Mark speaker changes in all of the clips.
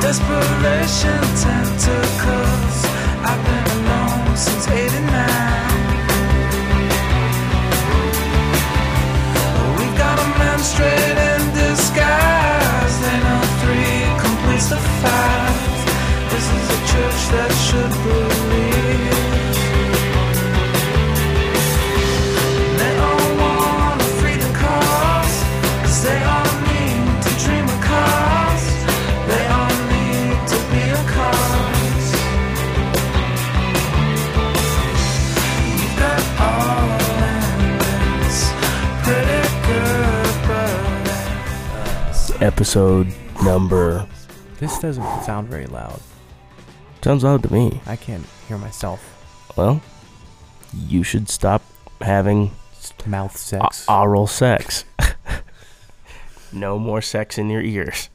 Speaker 1: Desperation tentacles. I've been alone since 89. We've got a man straight in disguise. They know three completes the five. This is a church that should believe. They all want a freedom cause. 'cause they all need to dream a cause. They all need to be a cause. You've got all endings. Pretty good, but.
Speaker 2: Episode number.
Speaker 3: This doesn't sound very loud.
Speaker 2: Sounds loud to me.
Speaker 3: I can't hear myself.
Speaker 2: Well, you should stop having
Speaker 3: Just mouth
Speaker 2: o-
Speaker 3: sex.
Speaker 2: oral sex. no more sex in your ears.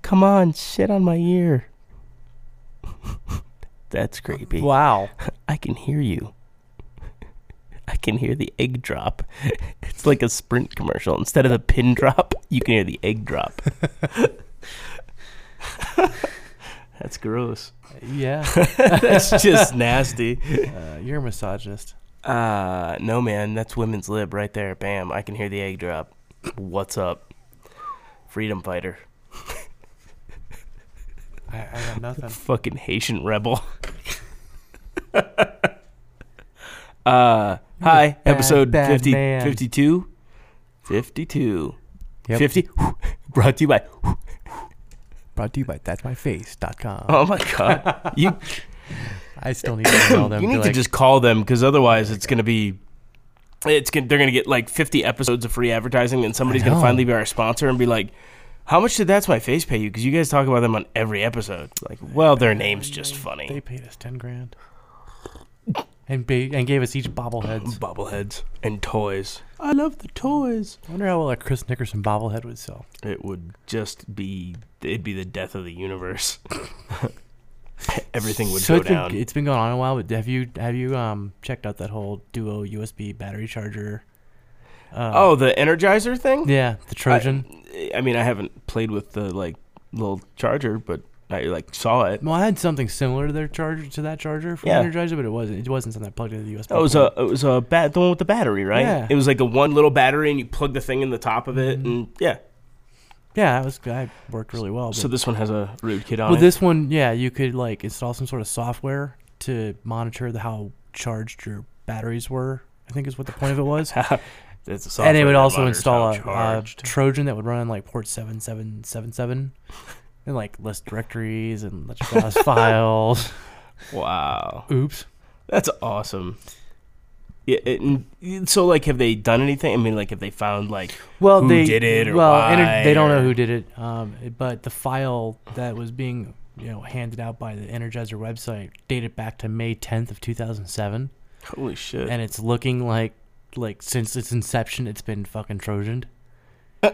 Speaker 2: Come on, sit on my ear. That's creepy.
Speaker 3: wow.
Speaker 2: I can hear you. I can hear the egg drop. It's like a sprint commercial. Instead of the pin drop, you can hear the egg drop. That's gross.
Speaker 3: Yeah.
Speaker 2: That's just nasty.
Speaker 3: Uh, you're a misogynist.
Speaker 2: Uh, no, man. That's women's lib right there. Bam. I can hear the egg drop. What's up? Freedom fighter.
Speaker 3: I, I got nothing.
Speaker 2: Fucking Haitian rebel. uh, hi.
Speaker 3: bad,
Speaker 2: episode
Speaker 3: bad
Speaker 2: 50,
Speaker 3: man.
Speaker 2: 52. 52.
Speaker 3: Yep.
Speaker 2: 50. Brought to you by.
Speaker 3: Brought to you by that'smyface.com.
Speaker 2: Oh my God. you
Speaker 3: I still need to email them.
Speaker 2: you
Speaker 3: be
Speaker 2: need to
Speaker 3: like,
Speaker 2: just call them because otherwise it's going to be. It's gonna, they're going to get like 50 episodes of free advertising, and somebody's going to
Speaker 3: know.
Speaker 2: finally be our sponsor and be like, "How much did that's my face pay you?" Because you guys talk about them on every episode. Like, well, their name's just
Speaker 3: They
Speaker 2: funny.
Speaker 3: paid us ten grand. And ba- and gave us each bobbleheads.
Speaker 2: Bobbleheads and toys. I love the toys.
Speaker 3: I wonder how well a Chris Nickerson bobblehead would sell.
Speaker 2: It would just be. It'd be the death of the universe. Everything would
Speaker 3: So
Speaker 2: go
Speaker 3: it's been-
Speaker 2: down.
Speaker 3: it's been going on a while, but have you have you um checked out that whole duo USB battery charger? Uh,
Speaker 2: oh, the Energizer thing.
Speaker 3: yeah, the Trojan.
Speaker 2: I mean, I haven't played with the like little charger, but I like saw it.
Speaker 3: Well, I had something similar to their charger to that charger from
Speaker 2: Yeah.
Speaker 3: Energizer, but it wasn't. It wasn't something that plugged into the USB.
Speaker 2: It was a
Speaker 3: port.
Speaker 2: it was a bat the one with the battery, right?
Speaker 3: Yeah. Mm-hmm.
Speaker 2: It was like the one little battery, and you plug the thing in the top of it, and yeah.
Speaker 3: yeah. It was. I worked really well. But,
Speaker 2: So this one has a rootkit on
Speaker 3: well,
Speaker 2: it.
Speaker 3: this one, yeah, you could like install some sort of software to monitor the, how charged your batteries were. I think is what the point of it was.
Speaker 2: That's a software
Speaker 3: and it would
Speaker 2: that
Speaker 3: also
Speaker 2: monitors
Speaker 3: install
Speaker 2: how
Speaker 3: a, a
Speaker 2: charged.
Speaker 3: Trojan that would run on like port seven seven seven seven, and like list directories and let you browse files.
Speaker 2: wow,
Speaker 3: Oops.
Speaker 2: that's awesome. Yeah, it, and so like, have they done anything? I mean, like, have they found like
Speaker 3: Well,
Speaker 2: Who
Speaker 3: they
Speaker 2: did it or
Speaker 3: well, and it-
Speaker 2: why
Speaker 3: they don't
Speaker 2: or-
Speaker 3: know who did it. Um, but the file that was being you know handed out by the Energizer website dated back to May 10th of 2007,
Speaker 2: holy shit?
Speaker 3: and it's looking like like since its inception, it's been fucking trojaned.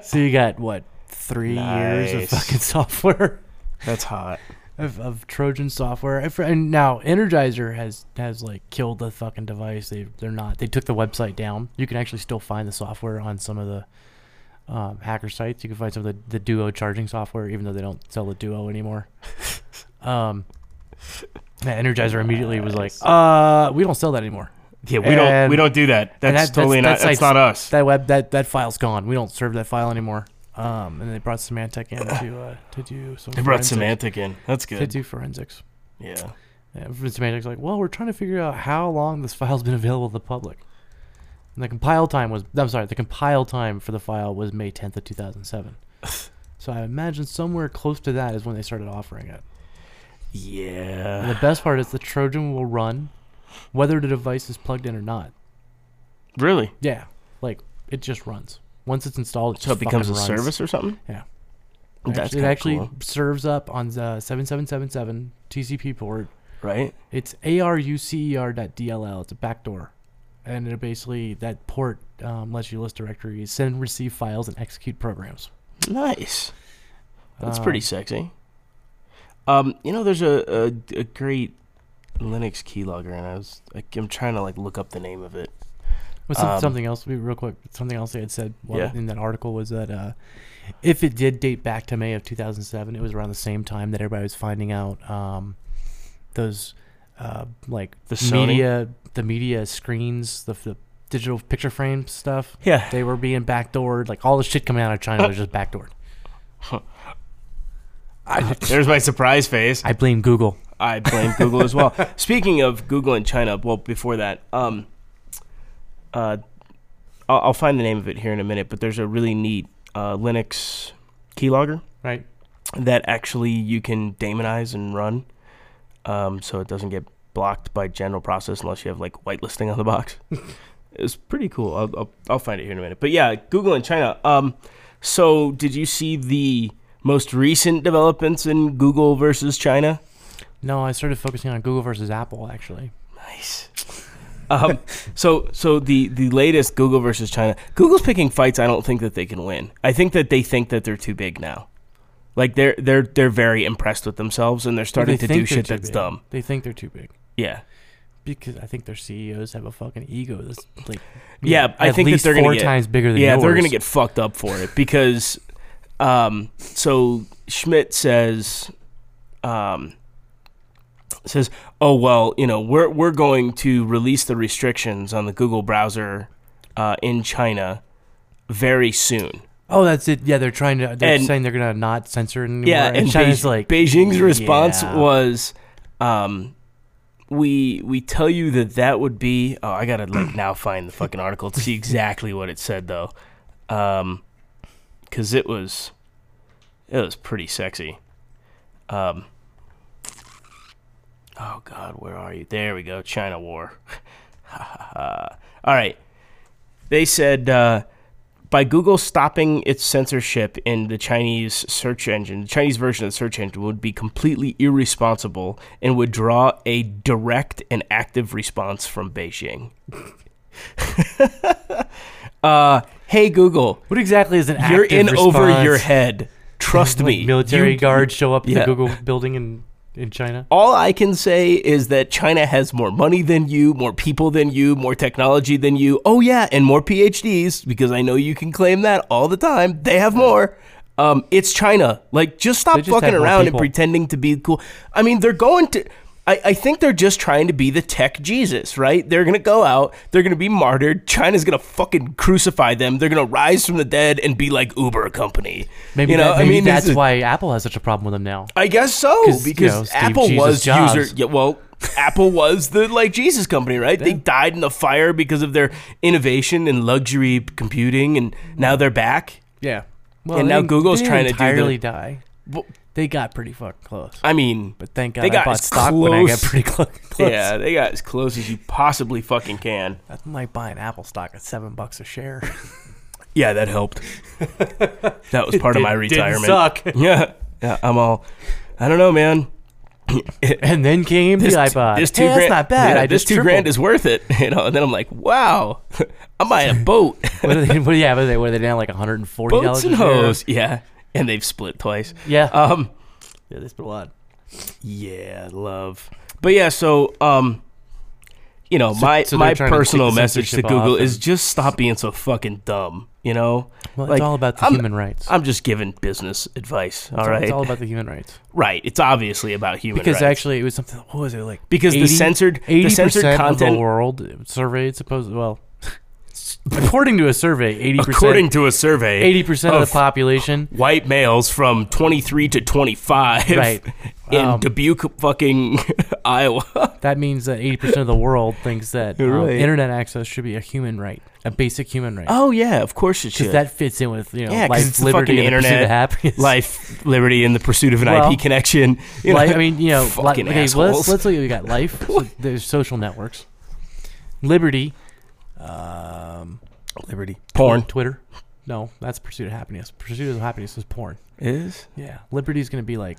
Speaker 3: So you got what three years of
Speaker 2: Nice.
Speaker 3: fucking software.
Speaker 2: that's hot.
Speaker 3: of, of Trojan software. And for- And now Energizer has has like killed the fucking device. They they're not. They took the website down. You can actually still find the software on some of the um, hacker sites. You can find some of the, the Duo charging software, even though they don't sell the Duo anymore. um, yeah, Energizer immediately was like,
Speaker 2: Nice.
Speaker 3: "Uh, we don't sell that anymore.
Speaker 2: Yeah, we don't
Speaker 3: And-
Speaker 2: we don't do that.
Speaker 3: and
Speaker 2: That's
Speaker 3: that-
Speaker 2: totally
Speaker 3: that's-
Speaker 2: not.
Speaker 3: that's
Speaker 2: That's not us.
Speaker 3: That web that that file's gone. We don't serve that file anymore." Um, and they brought Symantec in to uh, to do some.
Speaker 2: they brought
Speaker 3: forensics-
Speaker 2: semantic in. That's
Speaker 3: to
Speaker 2: good.
Speaker 3: do forensics.
Speaker 2: Yeah.
Speaker 3: Yeah, Symantec's like, well, we're trying to figure out how long this file's been available to the public. And the compile time was, I'm sorry, the compile time for the file was May 10th of 2007. so I imagine somewhere close to that is when they started offering it. And
Speaker 2: Yeah.
Speaker 3: the best part is the Trojan will run whether the device is plugged in or not.
Speaker 2: Really?
Speaker 3: Yeah, like it just runs. Once it's installed, it
Speaker 2: So it
Speaker 3: just
Speaker 2: becomes a
Speaker 3: fucking runs.
Speaker 2: service or something?
Speaker 3: Yeah.
Speaker 2: That's
Speaker 3: it
Speaker 2: kinda
Speaker 3: actually
Speaker 2: cool,
Speaker 3: serves up on the 7777 TCP port
Speaker 2: right.
Speaker 3: It's arucer E dot dll. It's a backdoor, and it basically that port um, lets you list directories, send, and receive files, and execute programs.
Speaker 2: Nice. That's
Speaker 3: Um,
Speaker 2: pretty sexy. Um, you know, there's a, a, a great Linux keylogger, and I was like, I'm trying to like look up the name of it.
Speaker 3: Well, some,
Speaker 2: Um,
Speaker 3: something else, real quick. Something else they had said while-
Speaker 2: Yeah.
Speaker 3: in that article was that uh, if it did date back to May of 2007, it was around the same time that everybody was finding out um, those uh, like
Speaker 2: The Sony?
Speaker 3: media, the media screens, the, the digital picture frame stuff.
Speaker 2: Yeah.
Speaker 3: They were being backdoored. Like all the shit coming out of China was just backdoored.
Speaker 2: I, there's my surprise face.
Speaker 3: I blame Google.
Speaker 2: I blame Google as well. Speaking of Google and China, well, before that, um, uh, I'll, I'll find the name of it here in a minute. But there's a really neat uh, Linux keylogger
Speaker 3: Right.
Speaker 2: that actually you can daemonize and run, um, so it doesn't get blocked by general process unless you have like whitelisting on the box. it's pretty cool. I'll, I'll I'll find it here in a minute. But yeah, Google and China. Um, so did you see the most recent developments in Google versus China?
Speaker 3: No, I started focusing on Google versus Apple actually.
Speaker 2: Nice. Um, so, so the the latest Google versus China. Google's picking fights. I don't think that they can win. I think that they think that they're too big now. Like they're they're they're very impressed with themselves, and they're starting to
Speaker 3: They
Speaker 2: do
Speaker 3: think they're
Speaker 2: shit
Speaker 3: too
Speaker 2: that's
Speaker 3: big.
Speaker 2: dumb.
Speaker 3: They think they're too big.
Speaker 2: Yeah,
Speaker 3: because I think their CEOs have a fucking ego that's like
Speaker 2: Yeah,
Speaker 3: at
Speaker 2: I think that
Speaker 3: least
Speaker 2: they're gonna
Speaker 3: four
Speaker 2: get-
Speaker 3: times bigger than
Speaker 2: yeah,
Speaker 3: yours.
Speaker 2: they're gonna get fucked up for it because. Um, so Schmidt says, um, says, oh well, you know, we're we're going to release the restrictions on the Google browser uh, in China very soon.
Speaker 3: oh that's it yeah they're trying to they're
Speaker 2: And-
Speaker 3: saying they're gonna not censor it anymore
Speaker 2: Yeah, and,
Speaker 3: China's
Speaker 2: Beij-
Speaker 3: like
Speaker 2: Beijing's response
Speaker 3: yeah.
Speaker 2: was, um, "We we tell you that that would be." Oh, I gotta like now find the fucking article to see exactly what it said though, um, because it was it was pretty sexy. Um, oh God, where are you? There we go. China war. All right. They said uh, by Google stopping its censorship in the Chinese search engine, the Chinese version of the search engine would be completely irresponsible and would draw a direct and active response from Beijing. uh, hey Google,
Speaker 3: what exactly is an
Speaker 2: you're
Speaker 3: active
Speaker 2: in over
Speaker 3: response?
Speaker 2: your head. Trust
Speaker 3: Like,
Speaker 2: me.
Speaker 3: military
Speaker 2: You-
Speaker 3: guards show up to
Speaker 2: Yeah.
Speaker 3: the Google building in in China
Speaker 2: all I can say is that China has more money than you, more people than you, more technology than you. Oh yeah, and more PhDs because I know you can claim that all the time. They have more. Um, it's China. Like, just stop
Speaker 3: They just
Speaker 2: fucking
Speaker 3: have more
Speaker 2: around and
Speaker 3: people.
Speaker 2: pretending to be cool. I mean, they're going to. I, I think they're just trying to be the tech Jesus, right? They're gonna go out. They're gonna be martyred. China's gonna fucking crucify them. They're gonna rise from the dead and be like Uber company.
Speaker 3: maybe
Speaker 2: you know,
Speaker 3: that- maybe
Speaker 2: I mean, this
Speaker 3: that's
Speaker 2: is-
Speaker 3: why Apple has such a problem with them now
Speaker 2: I guess so
Speaker 3: 'Cause, you
Speaker 2: because
Speaker 3: know, Steve
Speaker 2: Apple
Speaker 3: Jesus
Speaker 2: was
Speaker 3: Jobs.
Speaker 2: user. Yeah, well, Apple was the like Jesus company, right? They died in the fire because of their innovation and luxury computing, and now they're back.
Speaker 3: yeah well
Speaker 2: And now
Speaker 3: they-
Speaker 2: Google's
Speaker 3: they
Speaker 2: trying to do the-
Speaker 3: entirely die
Speaker 2: Well,
Speaker 3: they got pretty fucking close
Speaker 2: I mean,
Speaker 3: but thank God
Speaker 2: They
Speaker 3: I
Speaker 2: got
Speaker 3: bought
Speaker 2: as
Speaker 3: stock when I got
Speaker 2: close-
Speaker 3: pretty clo- close
Speaker 2: yeah, they got as close as you possibly fucking can.
Speaker 3: I'm like buying Apple stock at seven bucks a share
Speaker 2: Yeah, that helped. that was part of my
Speaker 3: Didn't- didn't
Speaker 2: retirement.
Speaker 3: suck.
Speaker 2: Yeah, yeah. I'm all. I don't know, man.
Speaker 3: And then came the iPod.
Speaker 2: This two
Speaker 3: Hey,
Speaker 2: grand,
Speaker 3: Eh, that's not bad.
Speaker 2: yeah,
Speaker 3: I
Speaker 2: this
Speaker 3: just
Speaker 2: two
Speaker 3: tripled.
Speaker 2: grand is worth it, you know. And then I'm like, wow, I'm buying a boat.
Speaker 3: what are they, what, yeah, what are they, what are they down like 140
Speaker 2: boats
Speaker 3: dollars
Speaker 2: and hoes. Yeah, and they've split twice.
Speaker 3: Yeah.
Speaker 2: Um.
Speaker 3: yeah, they spent a lot.
Speaker 2: Yeah, love. But yeah, so um, you know,
Speaker 3: So-
Speaker 2: my
Speaker 3: so they're
Speaker 2: my
Speaker 3: trying to
Speaker 2: personal
Speaker 3: take the
Speaker 2: message to
Speaker 3: censorship
Speaker 2: Google
Speaker 3: off
Speaker 2: is
Speaker 3: and-
Speaker 2: just stop being so fucking dumb. You know,
Speaker 3: Well,
Speaker 2: Like,
Speaker 3: it's all about the
Speaker 2: I'm-
Speaker 3: human rights.
Speaker 2: I'm just giving business advice.
Speaker 3: it's,
Speaker 2: all right,
Speaker 3: it's all about the human rights.
Speaker 2: right. It's obviously about human
Speaker 3: Because
Speaker 2: rights.
Speaker 3: actually, it was something. What was it like?
Speaker 2: because the
Speaker 3: 80
Speaker 2: censored the
Speaker 3: 80%
Speaker 2: censored
Speaker 3: of the
Speaker 2: content,
Speaker 3: world surveyed, supposed well, according to a survey, 80
Speaker 2: according
Speaker 3: percent,
Speaker 2: to a survey,
Speaker 3: 80 percent of
Speaker 2: of-
Speaker 3: the population.
Speaker 2: white males from 23 to 25,
Speaker 3: Right.
Speaker 2: in
Speaker 3: Um,
Speaker 2: Dubuque, fucking Iowa.
Speaker 3: That means that 80 percent of the world thinks that
Speaker 2: You're
Speaker 3: um,
Speaker 2: right.
Speaker 3: internet access should be a human right, a basic human right.
Speaker 2: oh yeah, of course it
Speaker 3: Because
Speaker 2: should.
Speaker 3: that fits in with you know
Speaker 2: Yeah, 'cause it's
Speaker 3: life,
Speaker 2: the
Speaker 3: liberty,
Speaker 2: fucking
Speaker 3: and the pursuit
Speaker 2: internet.
Speaker 3: of happiness.
Speaker 2: life, liberty, and the pursuit of an
Speaker 3: Well,
Speaker 2: IP connection. You know,
Speaker 3: Li- I mean, you know, li-
Speaker 2: fucking
Speaker 3: okay, well,
Speaker 2: assholes.
Speaker 3: let's, let's look at we got life. so there's social networks, liberty, um,
Speaker 2: liberty, porn
Speaker 3: Twitter. No, that's pursuit of happiness. Pursuit of happiness is porn.
Speaker 2: is
Speaker 3: Yeah, liberty's gonna be like,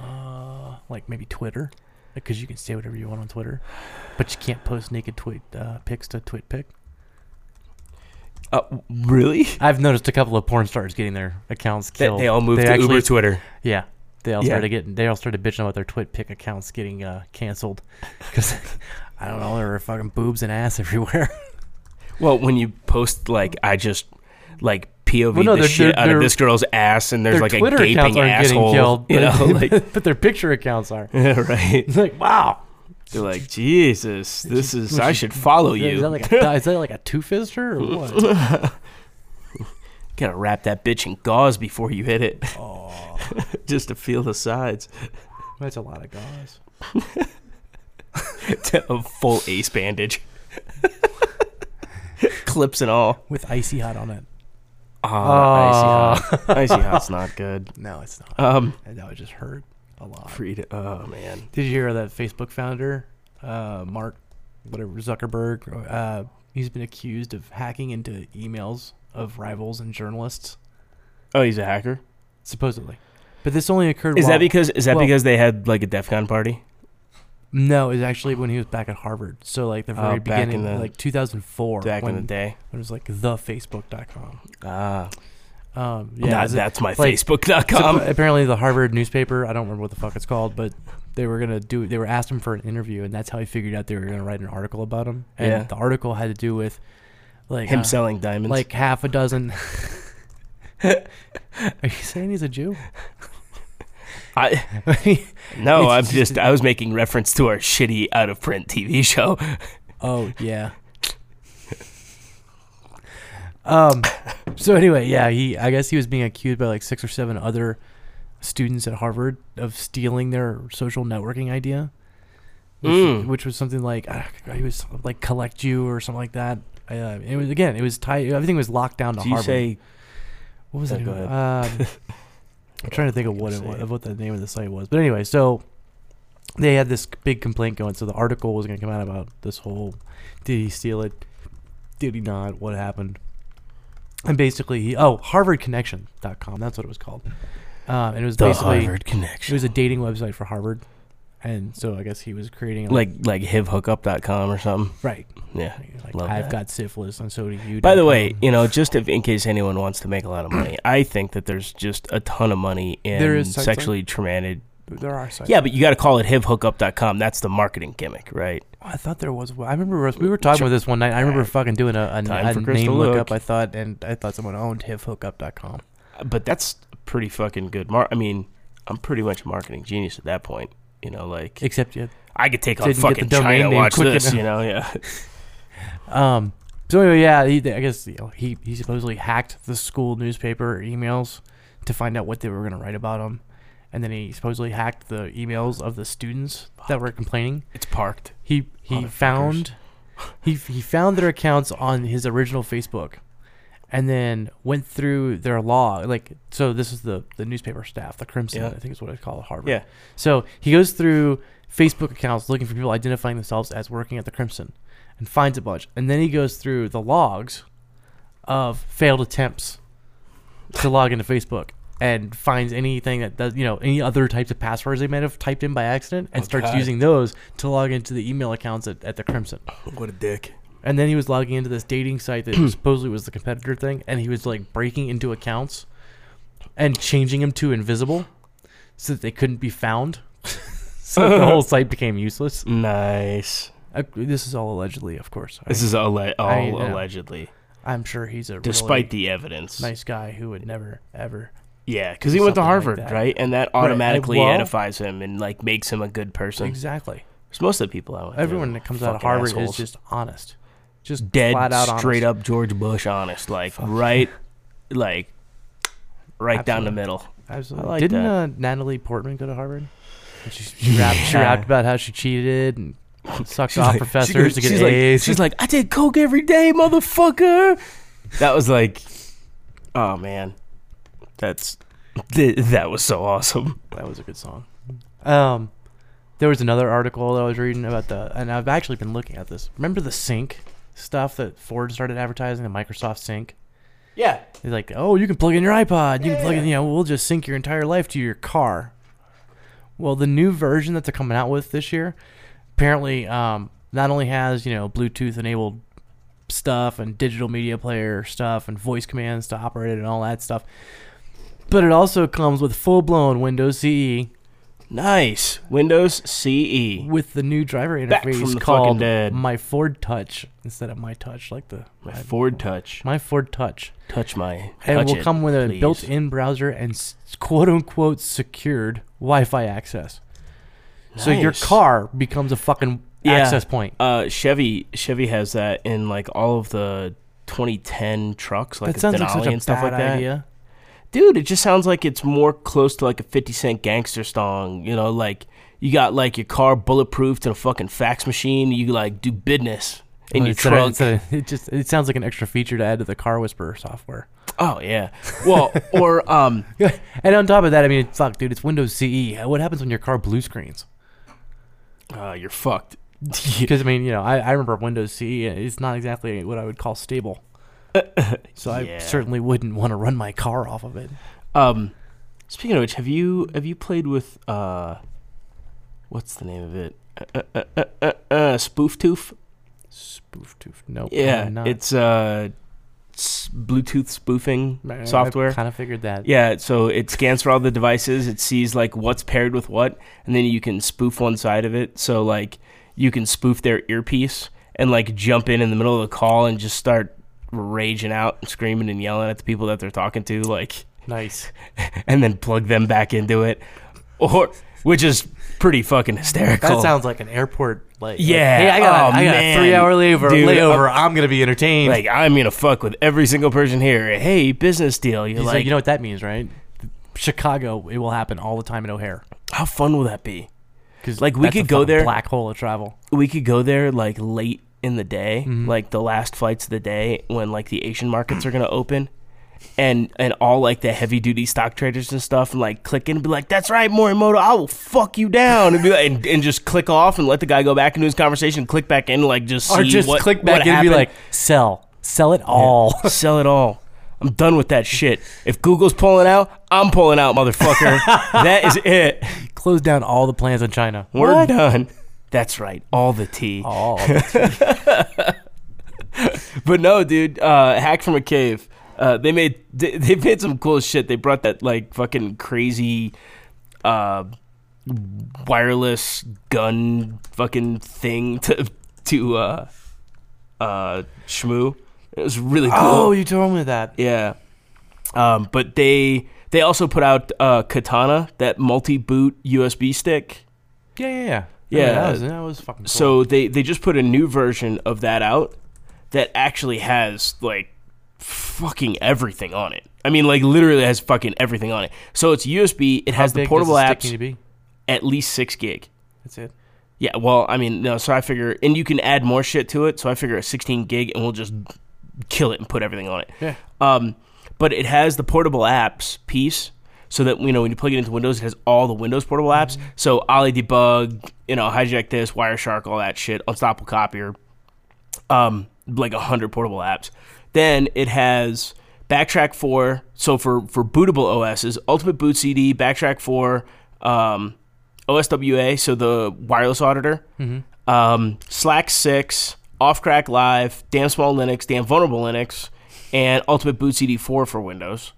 Speaker 3: uh, like maybe Twitter, because you can say whatever you want on Twitter, but you can't post naked tweet uh, pics to twit pic.
Speaker 2: uh, really.
Speaker 3: I've noticed a couple of porn stars getting their accounts
Speaker 2: They,
Speaker 3: killed.
Speaker 2: they all moved to
Speaker 3: actually-
Speaker 2: Uber Twitter.
Speaker 3: Yeah. They all
Speaker 2: Yeah.
Speaker 3: started getting. They all started bitching about their twit pick accounts getting uh, canceled because I don't know there were fucking boobs and ass everywhere.
Speaker 2: Well, when you post like I just like POV
Speaker 3: Well, no,
Speaker 2: the
Speaker 3: they're-
Speaker 2: shit
Speaker 3: they're-
Speaker 2: out of
Speaker 3: they're-
Speaker 2: this girl's ass, and there's
Speaker 3: Their
Speaker 2: like
Speaker 3: Twitter
Speaker 2: a
Speaker 3: accounts
Speaker 2: gaping
Speaker 3: aren't
Speaker 2: asshole.
Speaker 3: getting killed,
Speaker 2: you know,
Speaker 3: but,
Speaker 2: like
Speaker 3: but their picture accounts are.
Speaker 2: yeah, right?
Speaker 3: It's like wow.
Speaker 2: They're like Jesus, this is I should follow
Speaker 3: Is that
Speaker 2: you.
Speaker 3: like a, is that like a two fister or what?
Speaker 2: Gotta wrap that bitch in gauze before you hit it, just to feel the sides.
Speaker 3: That's a lot of guys.
Speaker 2: a full ace bandage, clips and all.
Speaker 3: With icy hot on it.
Speaker 2: Ah, icy hot. Icy hot's not good.
Speaker 3: Oh. No, it's not.
Speaker 2: Um,
Speaker 3: That would just hurt a lot.
Speaker 2: freedom. Oh man,
Speaker 3: Did you hear that Facebook founder, uh, Mark, whatever Zuckerberg? Uh, he's been accused of hacking into emails of rivals and journalists,
Speaker 2: oh he's a hacker.
Speaker 3: supposedly. But this only occurred.
Speaker 2: Is
Speaker 3: while-
Speaker 2: that because is that
Speaker 3: well-
Speaker 2: because they had like a DEF CON party?
Speaker 3: No, it's actually when he was back at Harvard. So like the
Speaker 2: Oh,
Speaker 3: very
Speaker 2: back in
Speaker 3: beginning,
Speaker 2: the-
Speaker 3: like 2004,
Speaker 2: back
Speaker 3: when,
Speaker 2: in the day.
Speaker 3: when it was like thefacebook.com.
Speaker 2: Ah,
Speaker 3: Um, yeah,
Speaker 2: yeah,
Speaker 3: it's a-
Speaker 2: that's my
Speaker 3: like-
Speaker 2: Facebook.com.
Speaker 3: Supp- apparently the Harvard newspaper, I don't remember what the fuck it's called, but they were gonna do they were asked him for an interview and that's how he figured out they were gonna write an article about him. And
Speaker 2: Yeah.
Speaker 3: the article had to do with like
Speaker 2: Him
Speaker 3: uh,
Speaker 2: selling diamonds.
Speaker 3: like half a dozen Are you saying he's a Jew?
Speaker 2: I
Speaker 3: oh
Speaker 2: no,
Speaker 3: It's
Speaker 2: I'm
Speaker 3: just-
Speaker 2: just I was making reference to our shitty out of print TV show.
Speaker 3: Oh, yeah. Um so anyway, yeah, he I guess he was being accused by like six or seven other students at Harvard of stealing their social networking idea. which,
Speaker 2: Mm.
Speaker 3: which was something like uh, it was like collect you or something like that. Uh, it was again, it was tied. Everything was locked down to
Speaker 2: Do you
Speaker 3: Harvard.
Speaker 2: say
Speaker 3: what was
Speaker 2: Oh,
Speaker 3: it?
Speaker 2: go ahead.
Speaker 3: Um, I'm trying to think of what it
Speaker 2: Say
Speaker 3: was,
Speaker 2: it.
Speaker 3: of what the name of the site was. But anyway, so they had this big complaint going. So the article was going to come out about this whole: did he steal it? Did he not? What happened? And basically, he oh HarvardConnection.com. That's what it was called. Um, and it was
Speaker 2: the
Speaker 3: basically
Speaker 2: Harvard
Speaker 3: it
Speaker 2: connection?
Speaker 3: was a dating website for Harvard, and so I guess he was creating a,
Speaker 2: Like like hivhookup.com or something.
Speaker 3: right
Speaker 2: Yeah.
Speaker 3: like,
Speaker 2: Love
Speaker 3: I've
Speaker 2: that.
Speaker 3: got syphilis, and so do you.
Speaker 2: By the
Speaker 3: dot
Speaker 2: way,
Speaker 3: com.
Speaker 2: you know, just if, in case anyone wants to make a lot of money, I think that there's just a ton of money in
Speaker 3: There is sites like-
Speaker 2: sexually traumatic.
Speaker 3: there are sites.
Speaker 2: Yeah, but you got to call it hivhookup.com. That's the marketing gimmick, right?
Speaker 3: I thought there was. I remember us- we were talking about this one night. I remember fucking doing a, a,
Speaker 2: Time
Speaker 3: a
Speaker 2: for Chris to
Speaker 3: name
Speaker 2: look.
Speaker 3: lookup. I thought, and I thought someone owned hivhookup.com.
Speaker 2: but that's pretty fucking good. Mar- I mean, I'm pretty much a marketing genius at that point. You know, like
Speaker 3: Except you.
Speaker 2: I could take on
Speaker 3: Didn't get the
Speaker 2: fucking
Speaker 3: domain
Speaker 2: China.
Speaker 3: name
Speaker 2: Watch
Speaker 3: quick
Speaker 2: this,
Speaker 3: enough.
Speaker 2: you know? Yeah,
Speaker 3: Um. So anyway, yeah, he, I guess you know, he he supposedly hacked the school newspaper emails to find out what they were going to write about him, and then he supposedly hacked the emails of the students that were complaining.
Speaker 2: it's parked.
Speaker 3: He he
Speaker 2: Motherfuckers.
Speaker 3: found he he found their accounts on his original Facebook, and then went through their log. Like so, this is the the newspaper staff, the Crimson,
Speaker 2: Yeah.
Speaker 3: I think is what I call it, Harvard.
Speaker 2: Yeah,
Speaker 3: So he goes through Facebook accounts looking for people identifying themselves as working at the Crimson, and finds a bunch, and then he goes through the logs of failed attempts to log into Facebook. And finds anything that does, you know, any other types of passwords they might have typed in by accident and
Speaker 2: Oh,
Speaker 3: starts
Speaker 2: God.
Speaker 3: using those to log into the email accounts at, at the Crimson.
Speaker 2: what a dick.
Speaker 3: And then he was logging into this dating site that supposedly was the competitor thing, and he was like breaking into accounts and changing them to invisible so that they couldn't be found. so the whole site became useless.
Speaker 2: Nice.
Speaker 3: Uh, this is all allegedly, of course. I,
Speaker 2: This is alle- all
Speaker 3: I know.
Speaker 2: allegedly,
Speaker 3: I'm sure he's a
Speaker 2: despite
Speaker 3: really
Speaker 2: the evidence.
Speaker 3: nice guy who would never ever.
Speaker 2: Yeah, because he went to
Speaker 3: Something like
Speaker 2: Harvard,
Speaker 3: that.
Speaker 2: right? And that
Speaker 3: Right, I-
Speaker 2: automatically
Speaker 3: well-
Speaker 2: edifies him and like makes him a good person.
Speaker 3: Exactly.
Speaker 2: Because most of the people I went to
Speaker 3: Everyone that comes out of
Speaker 2: fucking
Speaker 3: Harvard
Speaker 2: assholes.
Speaker 3: is just honest, just
Speaker 2: dead,
Speaker 3: flat out
Speaker 2: straight
Speaker 3: honest.
Speaker 2: up George Bush, honest, like right, like right down the
Speaker 3: Absolutely.
Speaker 2: middle.
Speaker 3: Absolutely.
Speaker 2: I like
Speaker 3: Didn't
Speaker 2: that.
Speaker 3: Uh, Natalie Portman go to Harvard? And She, she, rapped, she rapped about how she cheated and sucked off professors to get
Speaker 2: she's
Speaker 3: A's.
Speaker 2: Like, she's like, I did coke every day, motherfucker. That was like, oh man, that's th- that was so awesome.
Speaker 3: that was a good song. Um, there was another article that I was reading about the, and I've actually been looking at this. Remember the Sync stuff that Ford started advertising, the Microsoft Sync?
Speaker 2: Yeah,
Speaker 3: They're like, oh, you can plug in your iPod. You can plug in, you know, we'll just sync your entire life to your car. Well, the new version that they're coming out with this year apparently um, not only has, you know, Bluetooth enabled stuff and digital media player stuff and voice commands to E operate it and all that stuff, but it also comes with full blown Windows CE
Speaker 2: Nice. Windows E. CE.
Speaker 3: with the new driver
Speaker 2: Back from the
Speaker 3: interface
Speaker 2: fucking
Speaker 3: called
Speaker 2: dead.
Speaker 3: my Ford Touch instead of my Touch, like the
Speaker 2: My Ford Touch.
Speaker 3: my Ford Touch,
Speaker 2: Touch my.
Speaker 3: and
Speaker 2: touch
Speaker 3: will
Speaker 2: it,
Speaker 3: come with a
Speaker 2: please.
Speaker 3: built-in browser and s- quote unquote secured Wi-Fi access. So your
Speaker 2: Nice.
Speaker 3: car becomes a fucking
Speaker 2: Yeah.
Speaker 3: access point.
Speaker 2: Uh, Chevy Chevy has that in like all of the 2010 trucks, like
Speaker 3: that
Speaker 2: the
Speaker 3: sounds
Speaker 2: Denali
Speaker 3: like such a
Speaker 2: and stuff
Speaker 3: bad
Speaker 2: like that.
Speaker 3: idea.
Speaker 2: Dude, it just sounds like it's more close to like a 50 Cent gangster song. You know, like you got like your car bulletproof to a fucking fax machine. You like do business in
Speaker 3: Well,
Speaker 2: your
Speaker 3: instead of-
Speaker 2: trunk.
Speaker 3: instead of- it just it sounds like an extra feature to add to the Car Whisperer software.
Speaker 2: Oh yeah. Well, or um,
Speaker 3: and on top of that, I mean, fuck, dude, it's Windows CE. What happens when your car blue screens?
Speaker 2: uh, you're fucked.
Speaker 3: Because I mean, you know, I, I remember Windows CE. It's not exactly what I would call stable. so I
Speaker 2: Yeah.
Speaker 3: certainly wouldn't want to run my car off of it.
Speaker 2: Um, speaking of which, have you have you played with uh, what's the name of it? Uh, uh, uh, uh, uh, Spoof Tooth.
Speaker 3: Spoof tooth. Nope.
Speaker 2: Yeah,
Speaker 3: I'm not.
Speaker 2: it's uh, s- Bluetooth spoofing
Speaker 3: I- I
Speaker 2: software.
Speaker 3: kind of figured that.
Speaker 2: Yeah, so it scans for all the devices. It sees like what's paired with what, and then you can spoof one side of it. So like you can spoof their earpiece and like jump in in the middle of the call and just start raging out and screaming and yelling at the people that they're talking to, like,
Speaker 3: Nice.
Speaker 2: and then plug them back into it, or which is pretty fucking hysterical.
Speaker 3: That sounds like an airport. Like, like,
Speaker 2: Yeah.
Speaker 3: hey, I got,
Speaker 2: Oh,
Speaker 3: I got a
Speaker 2: man.
Speaker 3: three-hour layover.
Speaker 2: Dude,
Speaker 3: layover. I'm gonna be entertained.
Speaker 2: like I'm gonna fuck with every single person here. Hey, business deal. You're
Speaker 3: He's like,
Speaker 2: like,
Speaker 3: you know what that means, right? Chicago, it will happen all the time at O'Hare.
Speaker 2: how fun will that be?
Speaker 3: Because
Speaker 2: Like, we could go there-
Speaker 3: Black hole of travel.
Speaker 2: we could go there like late in the day,
Speaker 3: Mm-hmm.
Speaker 2: like the last flights of the day when like the Asian markets are gonna open. And and all like the heavy duty stock traders and stuff and like click in and be like, That's right, Morimoto, I will fuck you down and be like and, and just click off and let the guy go back into his conversation, click back in, like just see
Speaker 3: or just
Speaker 2: what-
Speaker 3: click back
Speaker 2: what
Speaker 3: and
Speaker 2: happened.
Speaker 3: be like, sell, sell it all.
Speaker 2: Sell it all. I'm done with that shit. If Google's pulling out, I'm pulling out, motherfucker. that is it.
Speaker 3: Close down all the plans in China.
Speaker 2: We're done. That's right. All the tea.
Speaker 3: All.
Speaker 2: But no, dude, uh, hack from a cave. Uh, they made they, they made some cool shit. They brought that like fucking crazy uh, wireless gun fucking thing to to uh, uh, Shmoo. It was really cool.
Speaker 3: Oh, you told me that.
Speaker 2: Yeah. Um, but they they also put out uh, Katana, that multi boot USB stick.
Speaker 3: Yeah, yeah, yeah.
Speaker 2: Yeah.
Speaker 3: that was that was fucking. Cool.
Speaker 2: So they they just put a new version of that out that actually has like fucking everything on it. I mean, like literally has fucking everything on it. So it's USB. It
Speaker 3: How
Speaker 2: has
Speaker 3: big
Speaker 2: the
Speaker 3: does
Speaker 2: portable
Speaker 3: stick
Speaker 2: apps
Speaker 3: need to be?
Speaker 2: at least six gig.
Speaker 3: That's it.
Speaker 2: Yeah, well, I mean, no, so I figure, and you can add more shit to it. So I figure a 16 gig, and we'll just kill it and put everything on it.
Speaker 3: Yeah.
Speaker 2: Um, but it has the portable apps piece, so that you know when you plug it into Windows, it has all the Windows portable apps. So Ollie debug, you know, hijack this, Wireshark, all that shit, Unstoppable Copier, um, like a hundred portable apps. Then it has Backtrack Four. So for for bootable OSs, Ultimate Boot CD, Backtrack Four, um, OSWA, so the wireless auditor, um, Slack Six, Offcrack Live, Damn Small Linux, Damn Vulnerable Linux, and Ultimate Boot CD Four for Windows.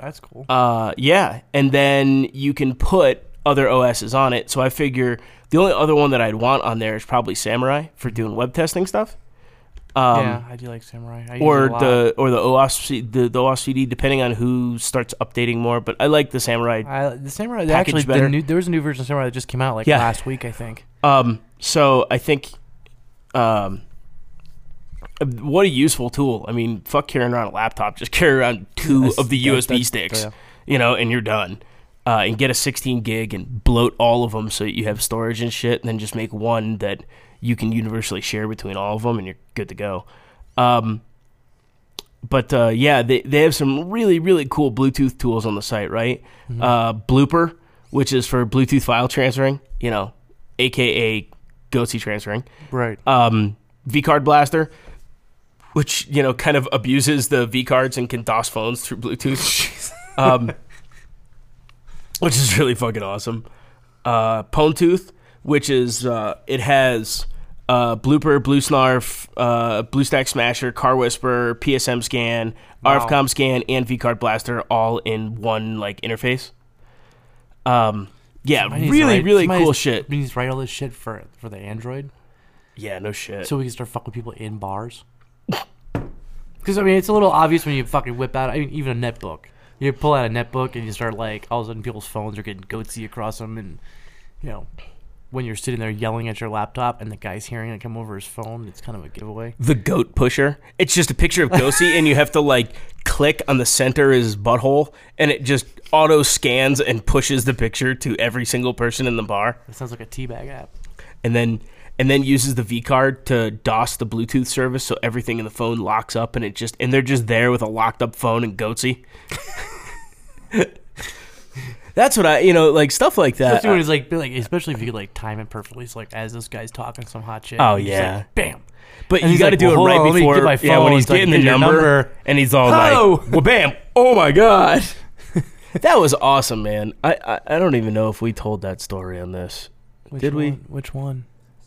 Speaker 3: That's cool.
Speaker 2: Uh, yeah, and then you can put other OSs on it. So I figure the only other one that I'd want on there is probably Samurai for doing web testing stuff. Um,
Speaker 3: yeah, I do like Samurai. I use
Speaker 2: or
Speaker 3: it a lot.
Speaker 2: the or the OWASP the, the OWASP CD, depending on who starts updating more. But I like the Samurai.
Speaker 3: I, the Samurai.
Speaker 2: package
Speaker 3: Actually, the
Speaker 2: better.
Speaker 3: new, there was a new version of Samurai that just came out like
Speaker 2: Yeah.
Speaker 3: last week, I think.
Speaker 2: Um, so I think, um, what a useful tool. I mean, fuck carrying around a laptop. Just carry around two
Speaker 3: That's-
Speaker 2: of the
Speaker 3: that-
Speaker 2: USB
Speaker 3: that-
Speaker 2: sticks,
Speaker 3: yeah.
Speaker 2: you know, and you're done. Uh, and get a 16 gig and bloat all of them so that you have storage and shit, and then just make one that you can universally share between all of them, and you're good to go. Um, but uh, yeah, they, they have some really, really cool Bluetooth tools on the site, right? Uh, Blooper, which is for Bluetooth file transferring, you know, aka GoTo transferring.
Speaker 3: Right.
Speaker 2: Um, vCard Blaster, which, you know, kind of abuses the vCards and can DOS phones through Bluetooth, um, which is really fucking awesome. Uh, Ponetooth, which is, uh, it has. Uh, blooper, blue snarf, uh, bluestack smasher, car whisper, PSM scan,
Speaker 3: Wow.
Speaker 2: RFCOM scan, and vCard blaster all in one like interface. Um, Yeah,
Speaker 3: Somebody needs to
Speaker 2: really,
Speaker 3: write-
Speaker 2: really
Speaker 3: somebody
Speaker 2: cool
Speaker 3: needs-
Speaker 2: shit.
Speaker 3: We need to write all this shit for for the Android,
Speaker 2: Yeah, no shit.
Speaker 3: so we can start fucking people in bars. Because I mean, it's a little obvious when you fucking whip out I mean, even a netbook. You pull out a netbook and you start like all of a sudden people's phones are getting goatsy across them, and you know when you're sitting there yelling at your laptop and the guy's hearing it come over his phone, it's kind of a giveaway.
Speaker 2: the goat pusher. It's just a picture of Gosey, and you have to like click on the center is his butthole, and it just auto scans and pushes the picture to every single person in the bar,
Speaker 3: That sounds like a teabag app.
Speaker 2: and then and then uses the V card to DOS the Bluetooth service, so everything in the phone locks up, and it just and they're just there with a locked up phone and Goatsy. That's what I, you know, like stuff like that.
Speaker 3: Especially when he's like, be like, especially if you could like time it perfectly. It's like as this guy's talking some hot shit.
Speaker 2: Oh,
Speaker 3: you just,
Speaker 2: yeah.
Speaker 3: like, bam.
Speaker 2: But
Speaker 3: And
Speaker 2: you
Speaker 3: he's
Speaker 2: got to
Speaker 3: like,
Speaker 2: do
Speaker 3: "Well,
Speaker 2: it
Speaker 3: hold
Speaker 2: right
Speaker 3: on, let me
Speaker 2: before,
Speaker 3: get my
Speaker 2: yeah, when
Speaker 3: phone
Speaker 2: he's
Speaker 3: so I can
Speaker 2: getting the
Speaker 3: get your
Speaker 2: number,
Speaker 3: number.
Speaker 2: and he's all
Speaker 3: Hello.
Speaker 2: like, "Well, bam! Oh my god, that was awesome, man! I, I I don't even know if we told that story on this.
Speaker 3: Which
Speaker 2: Did we?
Speaker 3: one? Which one?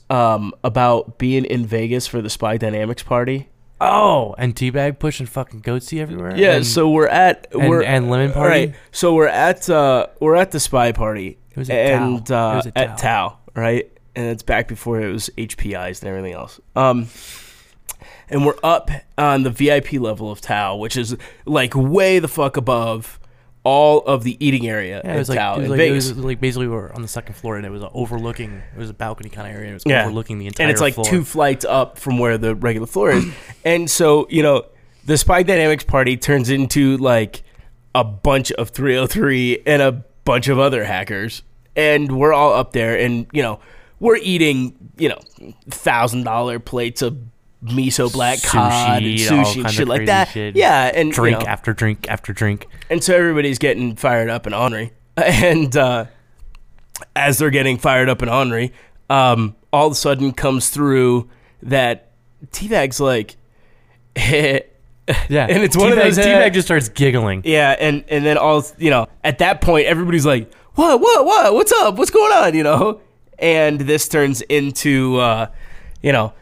Speaker 2: Um, about being in Vegas for the Spy Dynamics party.
Speaker 3: Oh, and teabag pushing fucking goatsy everywhere.
Speaker 2: Yeah,
Speaker 3: And
Speaker 2: so we're at
Speaker 3: and-
Speaker 2: we're
Speaker 3: and lemon
Speaker 2: all
Speaker 3: party?
Speaker 2: so we're at uh we're at the Spy party.
Speaker 3: It was at
Speaker 2: and
Speaker 3: Tao.
Speaker 2: uh
Speaker 3: It was at
Speaker 2: at Tao, right? And it's back before it was HPIs and everything else. Um and we're up on the VIP level of Tao, which is like way the fuck above all of the eating area
Speaker 3: yeah,
Speaker 2: at
Speaker 3: it was like,
Speaker 2: Tao
Speaker 3: it was
Speaker 2: in
Speaker 3: like, it
Speaker 2: Vegas.
Speaker 3: was like basically we were on the second floor and it was a overlooking. It was a balcony kind of area. And it was
Speaker 2: Yeah.
Speaker 3: overlooking the entire.
Speaker 2: and it's like
Speaker 3: floor.
Speaker 2: two flights up from where the regular floor is. and so, you know, the Spy Dynamics party turns into like a bunch of 303 and a bunch of other hackers. And we're all up there and, you know, we're eating, you know, $1,000 plates of miso black cod and
Speaker 3: Sushi, all
Speaker 2: sushi and
Speaker 3: kinda
Speaker 2: shit like
Speaker 3: crazy
Speaker 2: that.
Speaker 3: shit.
Speaker 2: Yeah, and you
Speaker 3: drink
Speaker 2: know,
Speaker 3: after drink after drink.
Speaker 2: and so everybody's getting fired up and ornery. And uh, as they're getting fired up and ornery, um, all of a sudden comes through that teabag's like,
Speaker 3: Yeah,
Speaker 2: And it's one of
Speaker 3: Teabag-
Speaker 2: those, uh,
Speaker 3: Teabag just starts giggling.
Speaker 2: yeah, and and then all you know at that point everybody's like, what, what, what, what's up, what's going on, you know? And this turns into, uh, you know,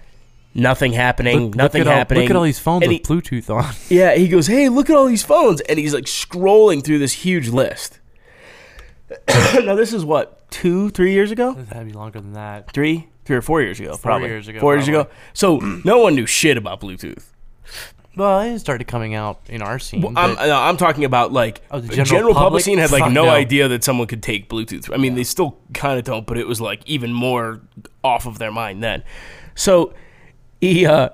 Speaker 2: nothing happening,
Speaker 3: Look-
Speaker 2: nothing
Speaker 3: look at all-
Speaker 2: happening.
Speaker 3: look at all these phones
Speaker 2: And
Speaker 3: with Bluetooth on.
Speaker 2: Yeah, he goes, "Hey, look at all these phones," and he's like scrolling through this huge list. now this is what two, three years ago,
Speaker 3: That'd be longer than that.
Speaker 2: three, three or four years ago, probably
Speaker 3: years ago,
Speaker 2: four years ago. So no one knew shit about Bluetooth.
Speaker 3: Well, it started coming out in our scene.
Speaker 2: Well, um, I'm,
Speaker 3: but-
Speaker 2: no, I'm talking about like
Speaker 3: Oh, the
Speaker 2: the
Speaker 3: general
Speaker 2: general, public,
Speaker 3: public?
Speaker 2: scene had like
Speaker 3: Fuck
Speaker 2: no,
Speaker 3: no.
Speaker 2: idea that someone could take Bluetooth. I mean, they still kind of don't, but it was like even more off of their mind then. So he uh,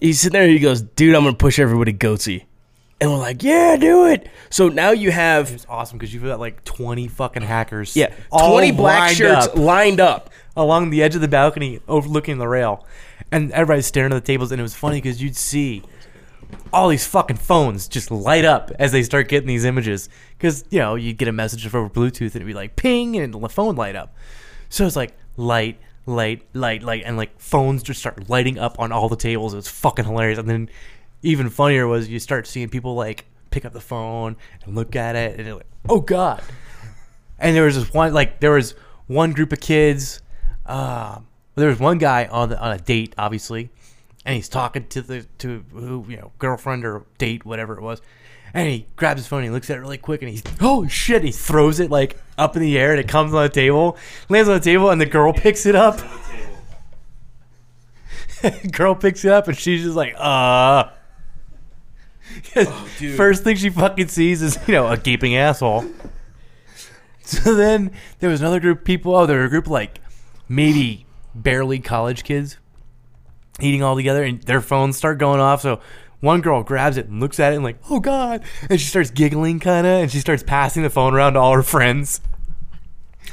Speaker 2: he's sitting there. and He goes, "Dude, I'm gonna push everybody goatsy," and we're like, "Yeah, do it." So now you have
Speaker 3: It's awesome because you've got like 20 fucking hackers.
Speaker 2: yeah,
Speaker 3: all
Speaker 2: twenty black
Speaker 3: lined
Speaker 2: shirts
Speaker 3: up
Speaker 2: lined up.
Speaker 3: along the edge of the balcony overlooking the rail. And everybody's staring at the tables. And it was funny because you'd see all these fucking phones just light up as they start getting these images. Because, you know, you'd get a message over Bluetooth and it'd be like ping and the phone light up. So it's like light, light, light, light. And like phones just start lighting up on all the tables. It was fucking hilarious. And then even funnier was you start seeing people like pick up the phone and look at it and they're like, oh God. And there was this one, like, there was one group of kids. Um, there was one guy on the, on a date, obviously, and he's talking to the to who you know girlfriend or date, whatever it was. And he grabs his phone, he looks at it really quick, and he's holy shit! He throws it like up in the air, and it comes on the table, lands on the table, and the girl picks it up. girl picks it up, and she's just like, uh. 'Cause First thing she fucking sees is you know a gaping asshole. So then there was another group of people. Oh, there were a group of, like maybe barely college kids eating all together, and their phones start going off. So one girl grabs it and looks at it and like, oh god, and she starts giggling kind of, and she starts passing the phone around to all her friends.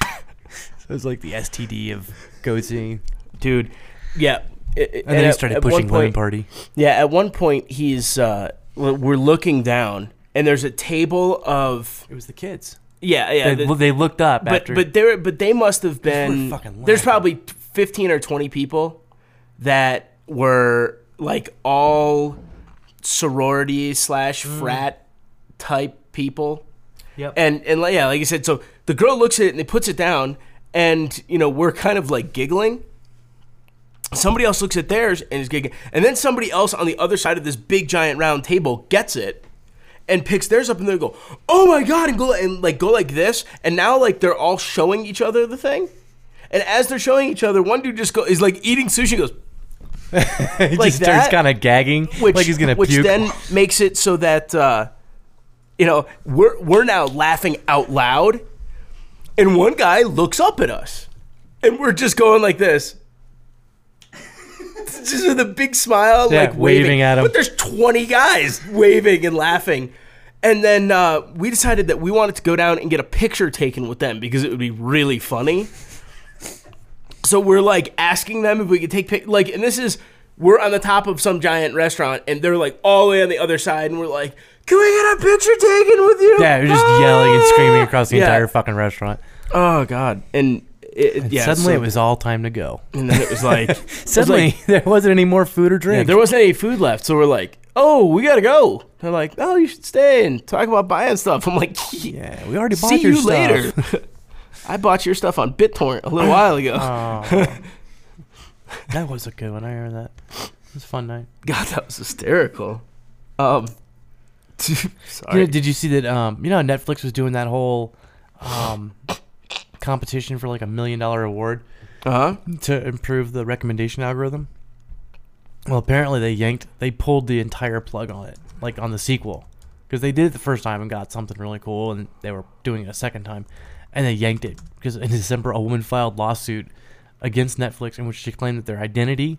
Speaker 3: so it's like the STD of goatee.
Speaker 2: dude. Yeah, and,
Speaker 3: And, then he started pushing lemon party.
Speaker 2: Yeah, at one point he's uh, we're looking down, and there's a table of
Speaker 3: It was the kids.
Speaker 2: yeah, yeah.
Speaker 3: They,
Speaker 2: the-
Speaker 3: they looked up
Speaker 2: but
Speaker 3: after.
Speaker 2: but there but they must have been
Speaker 3: fucking
Speaker 2: there's
Speaker 3: lacking.
Speaker 2: probably 15 or 20 people that were like all sorority slash
Speaker 3: Mm.
Speaker 2: frat type people
Speaker 3: yep.
Speaker 2: and and like- yeah like i said so the girl looks at it and it puts it down and you know we're kind of like giggling somebody else looks at theirs and is giggling and then somebody else on the other side of this big giant round table gets it and picks theirs up and they go, "Oh my god!" and go and like go like this, and now like they're all showing each other the thing, and as they're showing each other, one dude just go is like eating sushi, and goes,
Speaker 3: he
Speaker 2: Like
Speaker 3: just starts
Speaker 2: that?
Speaker 3: kind of gagging,
Speaker 2: which
Speaker 3: like he's gonna
Speaker 2: which
Speaker 3: puke.
Speaker 2: then makes it so that uh, you know we're we're now laughing out loud, and one guy looks up at us, and we're just going like this. Just with a big smile,
Speaker 3: Yeah,
Speaker 2: like waving.
Speaker 3: waving at him.
Speaker 2: But there's 20 guys waving and laughing. And then uh, we decided that we wanted to go down and get a picture taken with them because it would be really funny. So we're like asking them if we could take pic- like, and this is we're on the top of some giant restaurant, and they're like all the way on the other side, and we're like, "Can we get a picture taken with you?" Ah!
Speaker 3: yeah, you're just yelling and screaming across the
Speaker 2: Yeah.
Speaker 3: entire fucking restaurant.
Speaker 2: Oh god! And, it, yeah,
Speaker 3: Suddenly,
Speaker 2: so-
Speaker 3: it was all time to go.
Speaker 2: and then it was like
Speaker 3: Suddenly, there wasn't any more food or
Speaker 2: Yeah,
Speaker 3: drink.
Speaker 2: there wasn't any food left, so we're like, "Oh, we gotta go." They're like, "Oh, you should stay and talk about buying stuff." I'm like, "Yeah,
Speaker 3: yeah, we already bought
Speaker 2: see
Speaker 3: your
Speaker 2: you
Speaker 3: stuff.
Speaker 2: later." I bought your stuff on BitTorrent a little while ago.
Speaker 3: Oh. that was a good one. I remember that. It was a fun night.
Speaker 2: God, that was hysterical. Um,
Speaker 3: You
Speaker 2: sorry.
Speaker 3: know, did you see that? Um, you know, how Netflix was doing that whole um, competition for like a million dollar award
Speaker 2: uh-huh.
Speaker 3: to improve the recommendation algorithm. Well, apparently they yanked, they pulled the entire plug on it, like on the sequel, because they did it the first time and got something really cool, and they were doing it a second time, and they yanked it because in December a woman filed lawsuit against Netflix in which she claimed that their identity,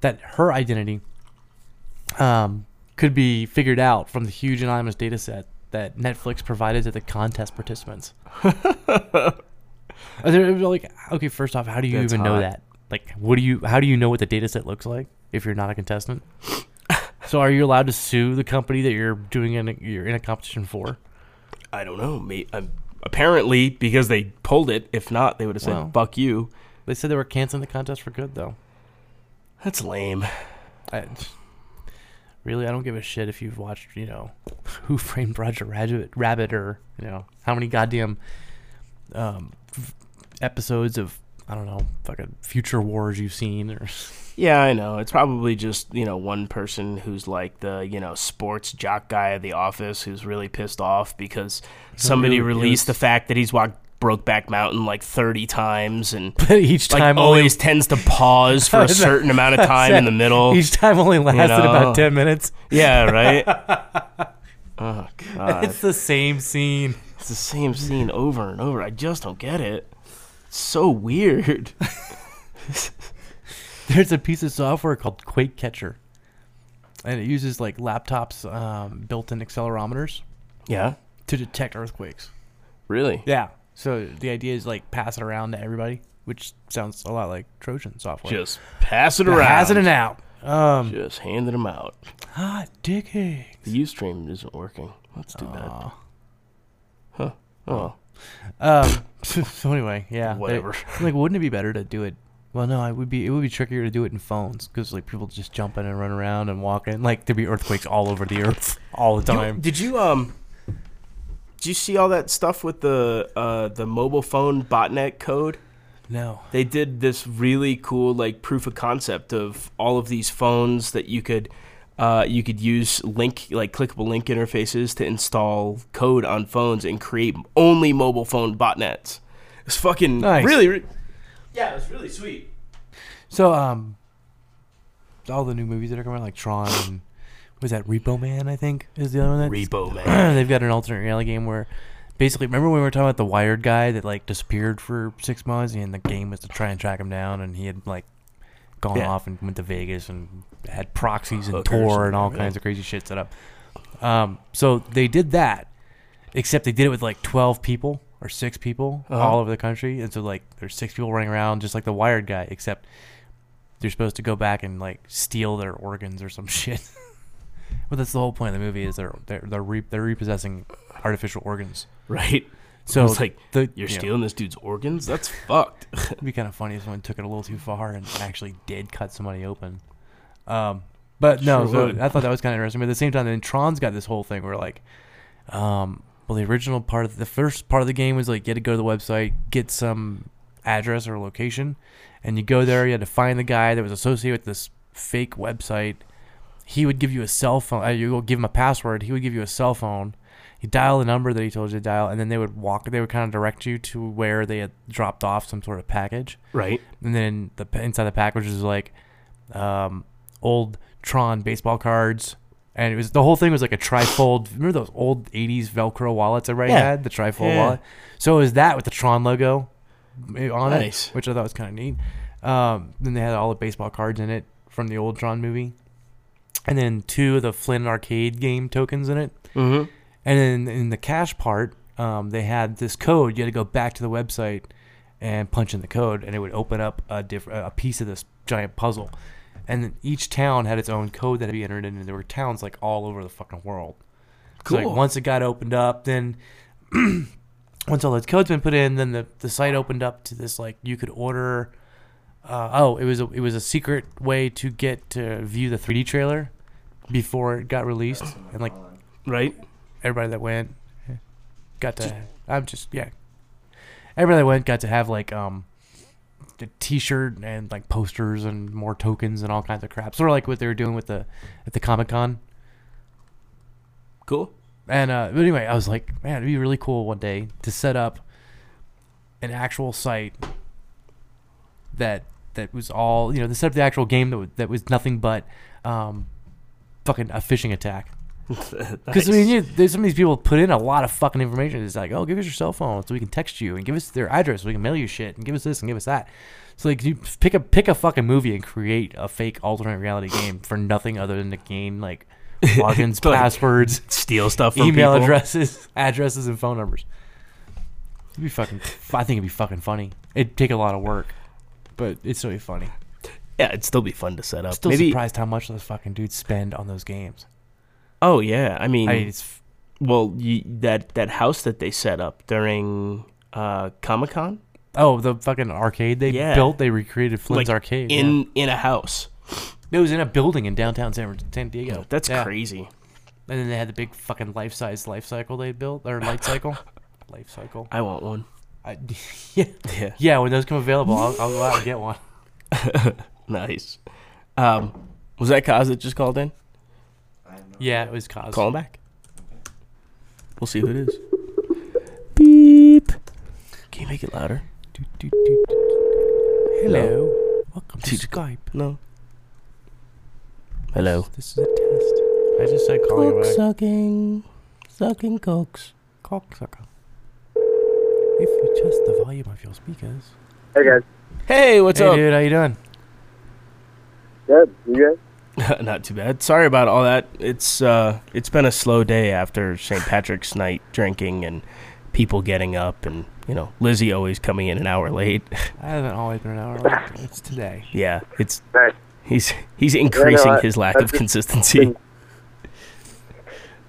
Speaker 3: that her identity, um, could be figured out from the huge anonymous data set that Netflix provided to the contest participants. Are there like okay? First off, how do you
Speaker 2: That's
Speaker 3: even know
Speaker 2: hot.
Speaker 3: that? Like, what do you? How do you know what the data set looks like if you're not a contestant? so, are you allowed to sue the company that you're doing in a, you're in a competition for?
Speaker 2: I don't know. May um, apparently, because they pulled it. If not, they would have said,
Speaker 3: Well.
Speaker 2: "Fuck you."
Speaker 3: They said they were canceling the contest for good, though.
Speaker 2: That's lame.
Speaker 3: I, really, I don't give a shit if you've watched, you know, Who Framed Roger Rabbit, Rabbit, or you know how many goddamn um, f- episodes of I don't know fucking Future Wars you've seen, or
Speaker 2: Yeah, I know. It's probably just, you know, one person who's like the, you know, sports jock guy at the office who's really pissed off because somebody
Speaker 3: it was-
Speaker 2: released the fact that he's walked Brokeback Mountain like 30 times and
Speaker 3: each
Speaker 2: like
Speaker 3: time only
Speaker 2: always tends to pause for a certain amount of time in the middle.
Speaker 3: Each time only lasted
Speaker 2: know.
Speaker 3: about ten minutes.
Speaker 2: Yeah, right? oh, God.
Speaker 3: It's the same scene.
Speaker 2: It's the same scene over and over. I just don't get it. It's so weird.
Speaker 3: There's a piece of software called Quake Catcher, and it uses like laptops' um, built-in accelerometers
Speaker 2: Yeah?
Speaker 3: to detect earthquakes.
Speaker 2: Really?
Speaker 3: Yeah. So the idea is like pass it around to everybody, which sounds a lot like Trojan software.
Speaker 2: Just pass it around.
Speaker 3: pass it out. Um,
Speaker 2: Just handing them out.
Speaker 3: hot dicky.
Speaker 2: The Ustream isn't working. That's too bad. Huh. Oh, well.
Speaker 3: Um, so anyway, yeah. they-
Speaker 2: Whatever.
Speaker 3: like, wouldn't it be better to do it? Well, no, it would be. It would be trickier to do it in phones because like people just jump in and run around and walk in. Like there'd be earthquakes all over the earth all the time.
Speaker 2: Did you um? Did you see all that stuff with the uh, the mobile phone botnet code?
Speaker 3: no.
Speaker 2: They did this really cool like proof of concept of all of these phones that you could uh, you could use link like clickable link interfaces to install code on phones and create only mobile phone botnets. It's fucking
Speaker 3: Nice.
Speaker 2: really. Re- yeah, it was really sweet.
Speaker 3: So um, all the new movies that are coming out, like Tron, and was that Repo Man? I think is the other one. That's,
Speaker 2: Repo man.
Speaker 3: they've got an alternate reality game where basically remember when we were talking about the wired guy that like disappeared for six months and the game was to try and track him down and he had like gone
Speaker 2: Yeah.
Speaker 3: off and went to vegas and had proxies and
Speaker 2: Hookers
Speaker 3: tor and
Speaker 2: and
Speaker 3: all
Speaker 2: everything.
Speaker 3: kinds of crazy shit set up um, so they did that except they did it with like 12 people or six people
Speaker 2: Uh-huh.
Speaker 3: all over the country and so like there's six people running around just like the wired guy except they're supposed to go back and like steal their organs or some shit well, that's the whole point of the movie is they're they're they're, re- they're repossessing artificial organs.
Speaker 2: Right.
Speaker 3: So
Speaker 2: It's like,
Speaker 3: the,
Speaker 2: You're
Speaker 3: you know,
Speaker 2: stealing this dude's organs? That's fucked.
Speaker 3: It'd be kind of funny if someone took it a little too far and actually did cut somebody open. Um, but no,
Speaker 2: Sure
Speaker 3: so
Speaker 2: would.
Speaker 3: I thought that was kind of interesting. But at the same time, then Tron's got this whole thing where like, um, well, the original part of the first part of the game was like you had to go to the website, get some address or location, and you go there. You had to find the guy that was associated with this fake website. he would give you a cell phone. Uh, you go give him a password. He would give you a cell phone. You dial the number that he told you to dial, and then they would walk. They would kind of direct you to where they had dropped off some sort of package.
Speaker 2: Right.
Speaker 3: And then the pa- inside the package was like um, old Tron baseball cards, and it was the whole thing was like a trifold. remember those old '80s Velcro wallets everybody
Speaker 2: Yeah.
Speaker 3: had, the trifold
Speaker 2: Yeah.
Speaker 3: wallet. So it was that with the Tron logo eh, on
Speaker 2: Nice.
Speaker 3: it, which I thought was kind of neat. Um, then they had all the baseball cards in it from the old Tron movie, and then two of the Flynn arcade game tokens in it.
Speaker 2: Mm-hmm.
Speaker 3: And then in the cash part, um, they had this code. You had to go back to the website and punch in the code, and it would open up a diff- a piece of this giant puzzle. And then each town had its own code that had to be entered in, and there were towns like all over the fucking world. So, like,
Speaker 2: Cool.
Speaker 3: once it got opened up, then once all those codes been put in, then the, the site opened up to this like you could order. Uh, oh, it was a, it was a secret way to get to view the 3D trailer before it got released, and like
Speaker 2: Right.
Speaker 3: everybody that went got to I'm just yeah. Everybody that went got to have like um the t-shirt and like posters and more tokens and all kinds of crap. Sort of like what they were doing with the at the Comic-Con.
Speaker 2: Cool.
Speaker 3: And uh but anyway, I was like, man, it'd be really cool one day to set up an actual site that that was all, you know, to set up the actual game that was, that was nothing but um fucking a phishing attack. Because I mean, you, there's some of these people put in a lot of fucking information. It's like, oh, give us your cell phone so we can text you, and give us their address so we can mail you shit, and give us this and give us that. So like, you pick a pick a fucking movie and create a fake alternate reality game for nothing other than to gain like logins,
Speaker 2: Like,
Speaker 3: passwords,
Speaker 2: steal stuff from
Speaker 3: email
Speaker 2: people.
Speaker 3: addresses, addresses, and phone numbers. It'd be fucking. I think it'd be fucking funny. It'd take a lot of work, but it'd still be funny.
Speaker 2: Yeah, it'd still be fun to set up.
Speaker 3: Still
Speaker 2: Maybe.
Speaker 3: surprised how much those fucking dudes spend on those games.
Speaker 2: Oh yeah. I mean,
Speaker 3: I mean, it's
Speaker 2: well, you, that that house that they set up during uh, Comic Con
Speaker 3: Oh, the fucking arcade they
Speaker 2: Yeah.
Speaker 3: built, they recreated Flynn's
Speaker 2: Like,
Speaker 3: arcade.
Speaker 2: in in a house.
Speaker 3: yeah. it was in a building in downtown San, San Diego.
Speaker 2: That's
Speaker 3: Yeah.
Speaker 2: crazy.
Speaker 3: And then they had the big fucking life size life cycle they built or light cycle, life cycle.
Speaker 2: I want one.
Speaker 3: I, yeah,
Speaker 2: Yeah.
Speaker 3: yeah. When those come available, I'll, I'll go out and get one.
Speaker 2: Nice. Um, was that Kaz that just called in?
Speaker 3: Yeah, it was Cos.
Speaker 2: Call him back. We'll see who it is. Beep. Can you make it louder?
Speaker 3: Do, do, do, do. Hello, welcome to
Speaker 2: Dude.
Speaker 3: Skype.
Speaker 2: No. Hello.
Speaker 3: This is a test. I just said calling you back.
Speaker 2: sucking. Sucking cocks.
Speaker 3: Cocksucker. If you adjust the volume of your speakers.
Speaker 4: Hey guys,
Speaker 2: Hey, what's
Speaker 3: hey,
Speaker 2: up?
Speaker 3: dude, how you doing?
Speaker 4: good. You
Speaker 2: Not too bad. Sorry about all that. It's uh, it's been a slow day after St. Patrick's night drinking and people getting up and you know Lizzie always coming in an hour late.
Speaker 3: I haven't always been an hour late. It's today.
Speaker 2: yeah, it's
Speaker 4: guys?
Speaker 2: he's he's increasing
Speaker 4: I-
Speaker 2: his lack
Speaker 4: I've
Speaker 2: of
Speaker 4: just
Speaker 2: consistency.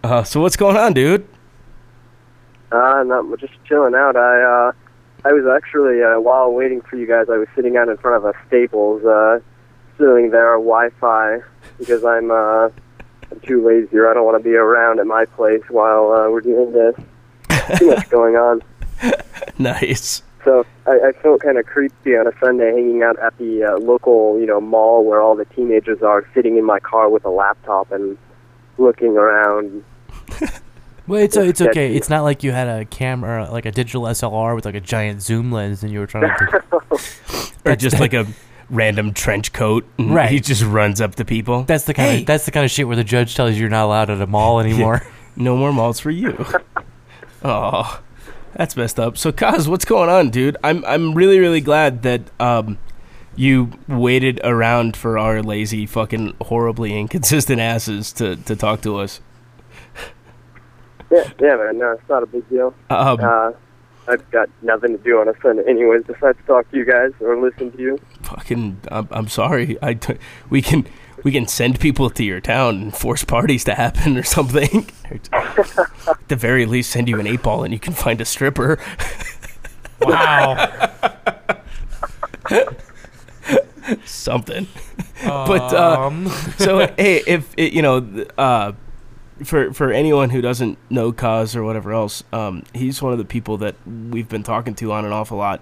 Speaker 2: Uh, so what's going on, dude?
Speaker 4: Uh, not much, just chilling out. I uh, I was actually uh, while waiting for you guys, I was sitting out in front of a Staples, uh, suing their Wi-Fi because I'm uh, I'm too lazy or I don't want to be around at my place while uh, we're doing this. Too much going on.
Speaker 2: Nice.
Speaker 4: So I, I felt kind of creepy on a Sunday hanging out at the uh, local, you know, mall where all the teenagers are, sitting in my car with a laptop and looking around.
Speaker 3: Well, it's it's
Speaker 4: Yeah,
Speaker 3: okay.
Speaker 4: yeah.
Speaker 3: It's not like you had a camera, like a digital SLR with like a giant zoom lens, and you were trying to.
Speaker 2: Or just like a random trench coat. and
Speaker 3: Right.
Speaker 2: He just runs up to people.
Speaker 3: That's the kind
Speaker 2: Hey.
Speaker 3: of that's the kind of shit where the judge tells you you're not allowed at a mall anymore.
Speaker 2: No more malts for you. oh, that's messed up. So, Kaz, what's going on, dude? I'm I'm really really glad that um you waited around for our lazy fucking horribly inconsistent asses to to talk to us.
Speaker 4: Yeah, yeah, man. No, it's not a big deal.
Speaker 2: Um,
Speaker 4: Uh, I've got nothing to do on a Sunday, anyways, besides talk to you guys or listen to you.
Speaker 2: fucking, I'm, I'm sorry. I t- we can we can send people to your town and force parties to happen or something. At the very least, send you an eight ball and you can find a stripper.
Speaker 3: wow.
Speaker 2: something. But, uh, so hey, if it, you know, th- uh, for for anyone who doesn't know Kaz or whatever else, um, he's one of the people that we've been talking to on and off a lot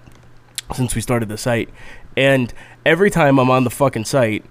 Speaker 2: since we started the site. And every time I'm on the fucking site,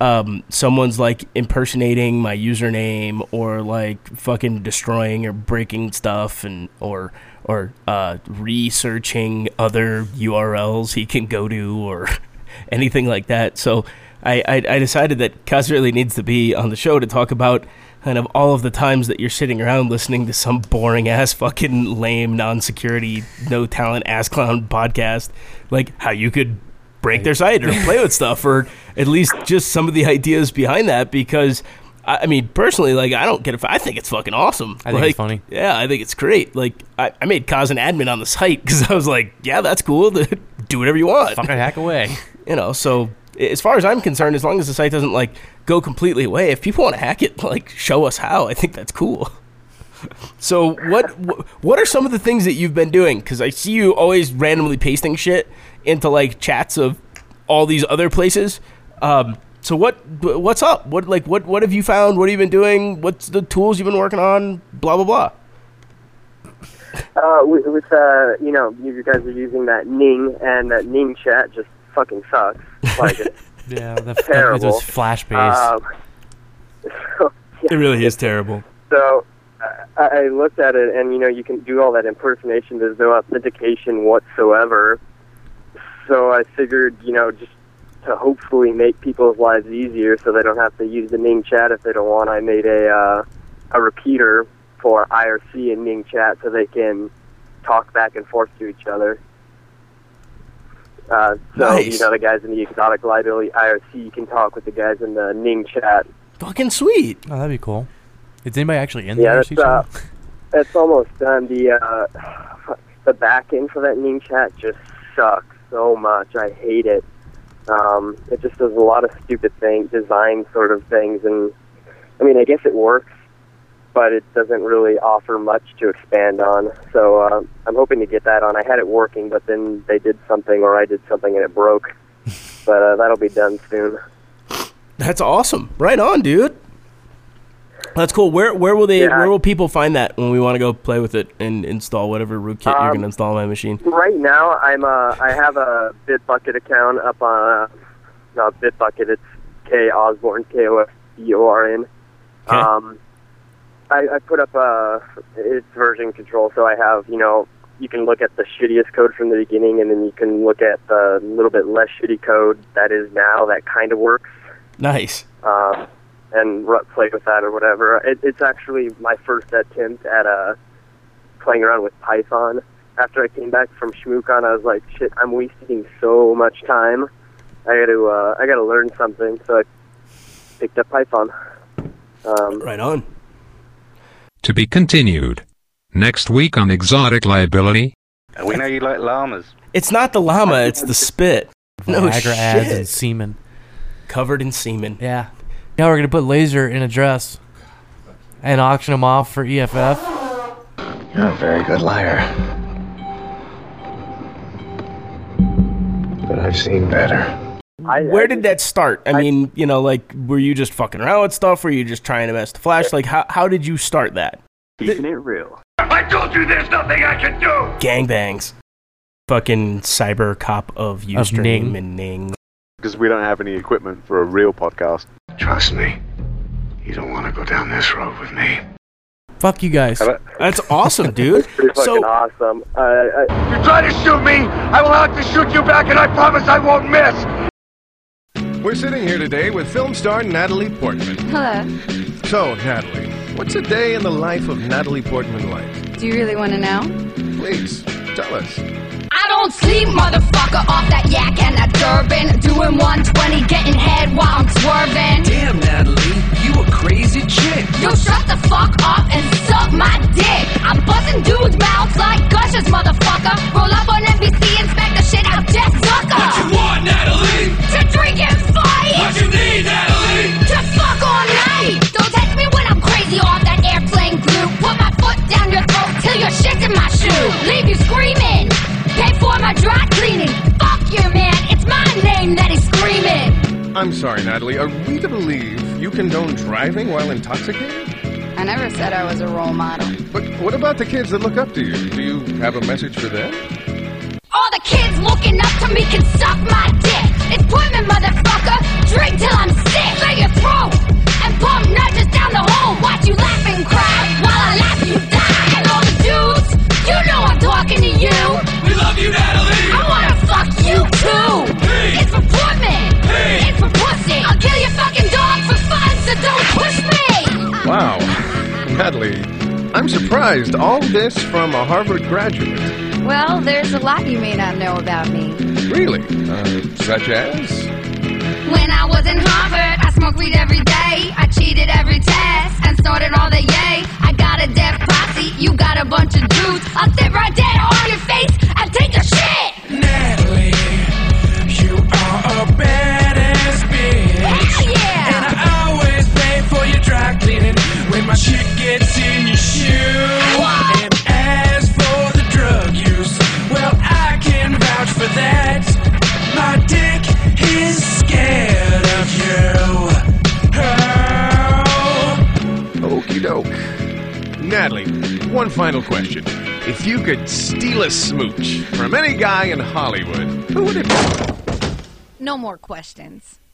Speaker 2: um, someone's like impersonating my username or like fucking destroying or breaking stuff and or or uh, researching other URLs he can go to or anything like that. So I, I, I decided that Kaz really needs to be on the show to talk about kind of all of the times that you're sitting around listening to some boring ass fucking lame non-security no talent ass clown podcast like how you could break their site or play with stuff or at least just some of the ideas behind that because I, I mean personally like I don't get it I think it's fucking awesome
Speaker 3: I think
Speaker 2: Like,
Speaker 3: it's funny.
Speaker 2: yeah I think it's great like I, I made Kaz an admin on the site because I was like yeah that's cool do whatever you want
Speaker 3: Fucking hack away.
Speaker 2: you know so as far as i'm concerned as long as the site doesn't like go completely away if people want to hack it like show us how i think that's cool so what wh- what are some of the things that you've been doing because i see you always randomly pasting shit into like chats of all these other places um, so what what's up what like what what have you found what have you been doing what's the tools you've been working on blah blah blah
Speaker 4: Uh, with, with uh, you know, you guys are using that Ning and that Ning chat just fucking sucks. Like, it's,
Speaker 3: Yeah, that, that
Speaker 4: Terrible.
Speaker 3: it was flash based.
Speaker 4: um, so, yeah,
Speaker 2: really is terrible
Speaker 4: so I, I looked at it, and you know, you can do all that impersonation. There's no authentication whatsoever. So I figured, you know, just to hopefully make people's lives easier, so they don't have to use the Ning chat if they don't want. I made a uh, a repeater for IRC and Ning chat, so they can talk back and forth to each other. Uh, so
Speaker 2: Nice.
Speaker 4: you know the guys in the exotic liability IRC can talk with the guys in the Ning chat
Speaker 2: fucking sweet
Speaker 3: oh, that'd be cool. Is anybody actually in
Speaker 4: Yeah,
Speaker 3: there?
Speaker 4: that's, uh, It's almost done. The uh, the back end for that Ning chat just sucks so much. I hate it. Um, it just does a lot of stupid things, design sort of things, and I mean, I guess it works, but it doesn't really offer much to expand on. So uh, I'm hoping to get that on. I had it working, but then they did something, or I did something, and it broke. but uh, that'll be done soon.
Speaker 2: That's awesome. Right on, dude. That's cool. Where where will they
Speaker 4: Yeah.
Speaker 2: where will people find that when we want to go play with it and install whatever rootkit you're
Speaker 4: Um,
Speaker 2: gonna install on my machine?
Speaker 4: Right now, I'm uh, I have a Bitbucket account up on uh, not Bitbucket. It's K Osborne K O S B O R N.
Speaker 2: Okay.
Speaker 4: Um, I, I put up a it's version control, so I have you know you can look at the shittiest code from the beginning, and then you can look at the little bit less shitty code that is now that kind of works
Speaker 2: Nice.
Speaker 4: uh, and ru- play with that or whatever. It, it's actually my first attempt at uh, playing around with Python. After I came back from ShmooCon, I was like, "Shit, I'm wasting so much time. I got to, uh, I got to learn something." So I picked up Python. Um,
Speaker 2: Right on.
Speaker 5: To be continued. Next week on Exotic Liability.
Speaker 6: We know you like llamas.
Speaker 2: It's not the llama, it's the spit. No
Speaker 3: Viagra ads and
Speaker 2: shit.
Speaker 3: semen.
Speaker 2: Covered in semen.
Speaker 3: Yeah. Now we're gonna put laser in a dress and auction them off for E EFF.
Speaker 7: You're a very good liar. But I've seen better.
Speaker 4: I,
Speaker 2: Where
Speaker 4: I
Speaker 2: did
Speaker 4: just-
Speaker 2: that start? I mean, you know, like were you just fucking around with stuff? Were you just trying to mess the flash? Like how how did you start that?
Speaker 6: Keeping it real.
Speaker 2: Gangbangs. Fucking cyber cop of Ustream
Speaker 3: Ning.
Speaker 2: and Ning.
Speaker 8: because we don't have any equipment for a real podcast.
Speaker 7: Trust me, you don't want to go down this road with me.
Speaker 3: Fuck you guys.
Speaker 6: How about-
Speaker 2: That's awesome, dude.
Speaker 4: Pretty fucking
Speaker 2: so
Speaker 4: awesome. Uh, I,
Speaker 9: You try to shoot me, I will have to shoot you back, and I promise I won't miss.
Speaker 10: We're sitting here today with film star Natalie Portman.
Speaker 11: Hello.
Speaker 10: So, Natalie, what's a day in the life of Natalie Portman like?
Speaker 11: Do you really want to know?
Speaker 10: Please, tell us.
Speaker 11: I don't sleep, motherfucker, off that yak and that Durban. Doing 120, getting head while I'm swerving.
Speaker 1: Damn, Natalie, you a crazy chick.
Speaker 11: You shut the fuck up and suck my dick. I'm busting dudes' mouths like gushers, motherfucker. Roll up on NBC and smack the shit out Jeff Zucker. What you want, Natalie? To drink and fight. What you need, Natalie? To fuck all night. Don't text me when I'm crazy off that airplane glue. Put my foot down your throat till your shit's in my shoe. Leave you screaming. Pay for my dry cleaning. Fuck you, man. It's my name that he's screaming.
Speaker 10: I'm sorry, Natalie, are we to believe you condone driving while intoxicated?
Speaker 11: I never said I was a role model.
Speaker 10: But what about the kids that look up to you? Do you have a message for them?
Speaker 11: All the kids looking up to me can suck my dick. It's women, motherfucker. drink till I'm sick. Clear your throat and pump nudges down the hole. Watch you laugh and cry while I laugh you die. And all the dudes, you know I'm talking to you. We love you, Natalie. I wanna fuck you too. It's for poor men. It's for pussy. I'll kill your fucking dog for fun, so don't push me.
Speaker 10: Wow. Natalie, I'm surprised. All this from a Harvard graduate.
Speaker 12: Well, there's a lot you may not know about me.
Speaker 10: Really? Uh, such as?
Speaker 12: When I was in Harvard, I smoked weed every day. I cheated every test and snorted all the yay. I got a deaf posse, you got a bunch of dudes. I'll sit right there on your face and take a shit.
Speaker 1: Natalie, you are a badass bitch.
Speaker 11: Hell yeah!
Speaker 1: And I always pay for your dry cleaning when my shit gets in your shoe. And as for the drug use, well, I can vouch for that. My dick is scared of you. Oh.
Speaker 10: Okie doke. Natalie, one final question. If you could steal a smooch from any guy in Hollywood, who would it be?
Speaker 12: No more questions.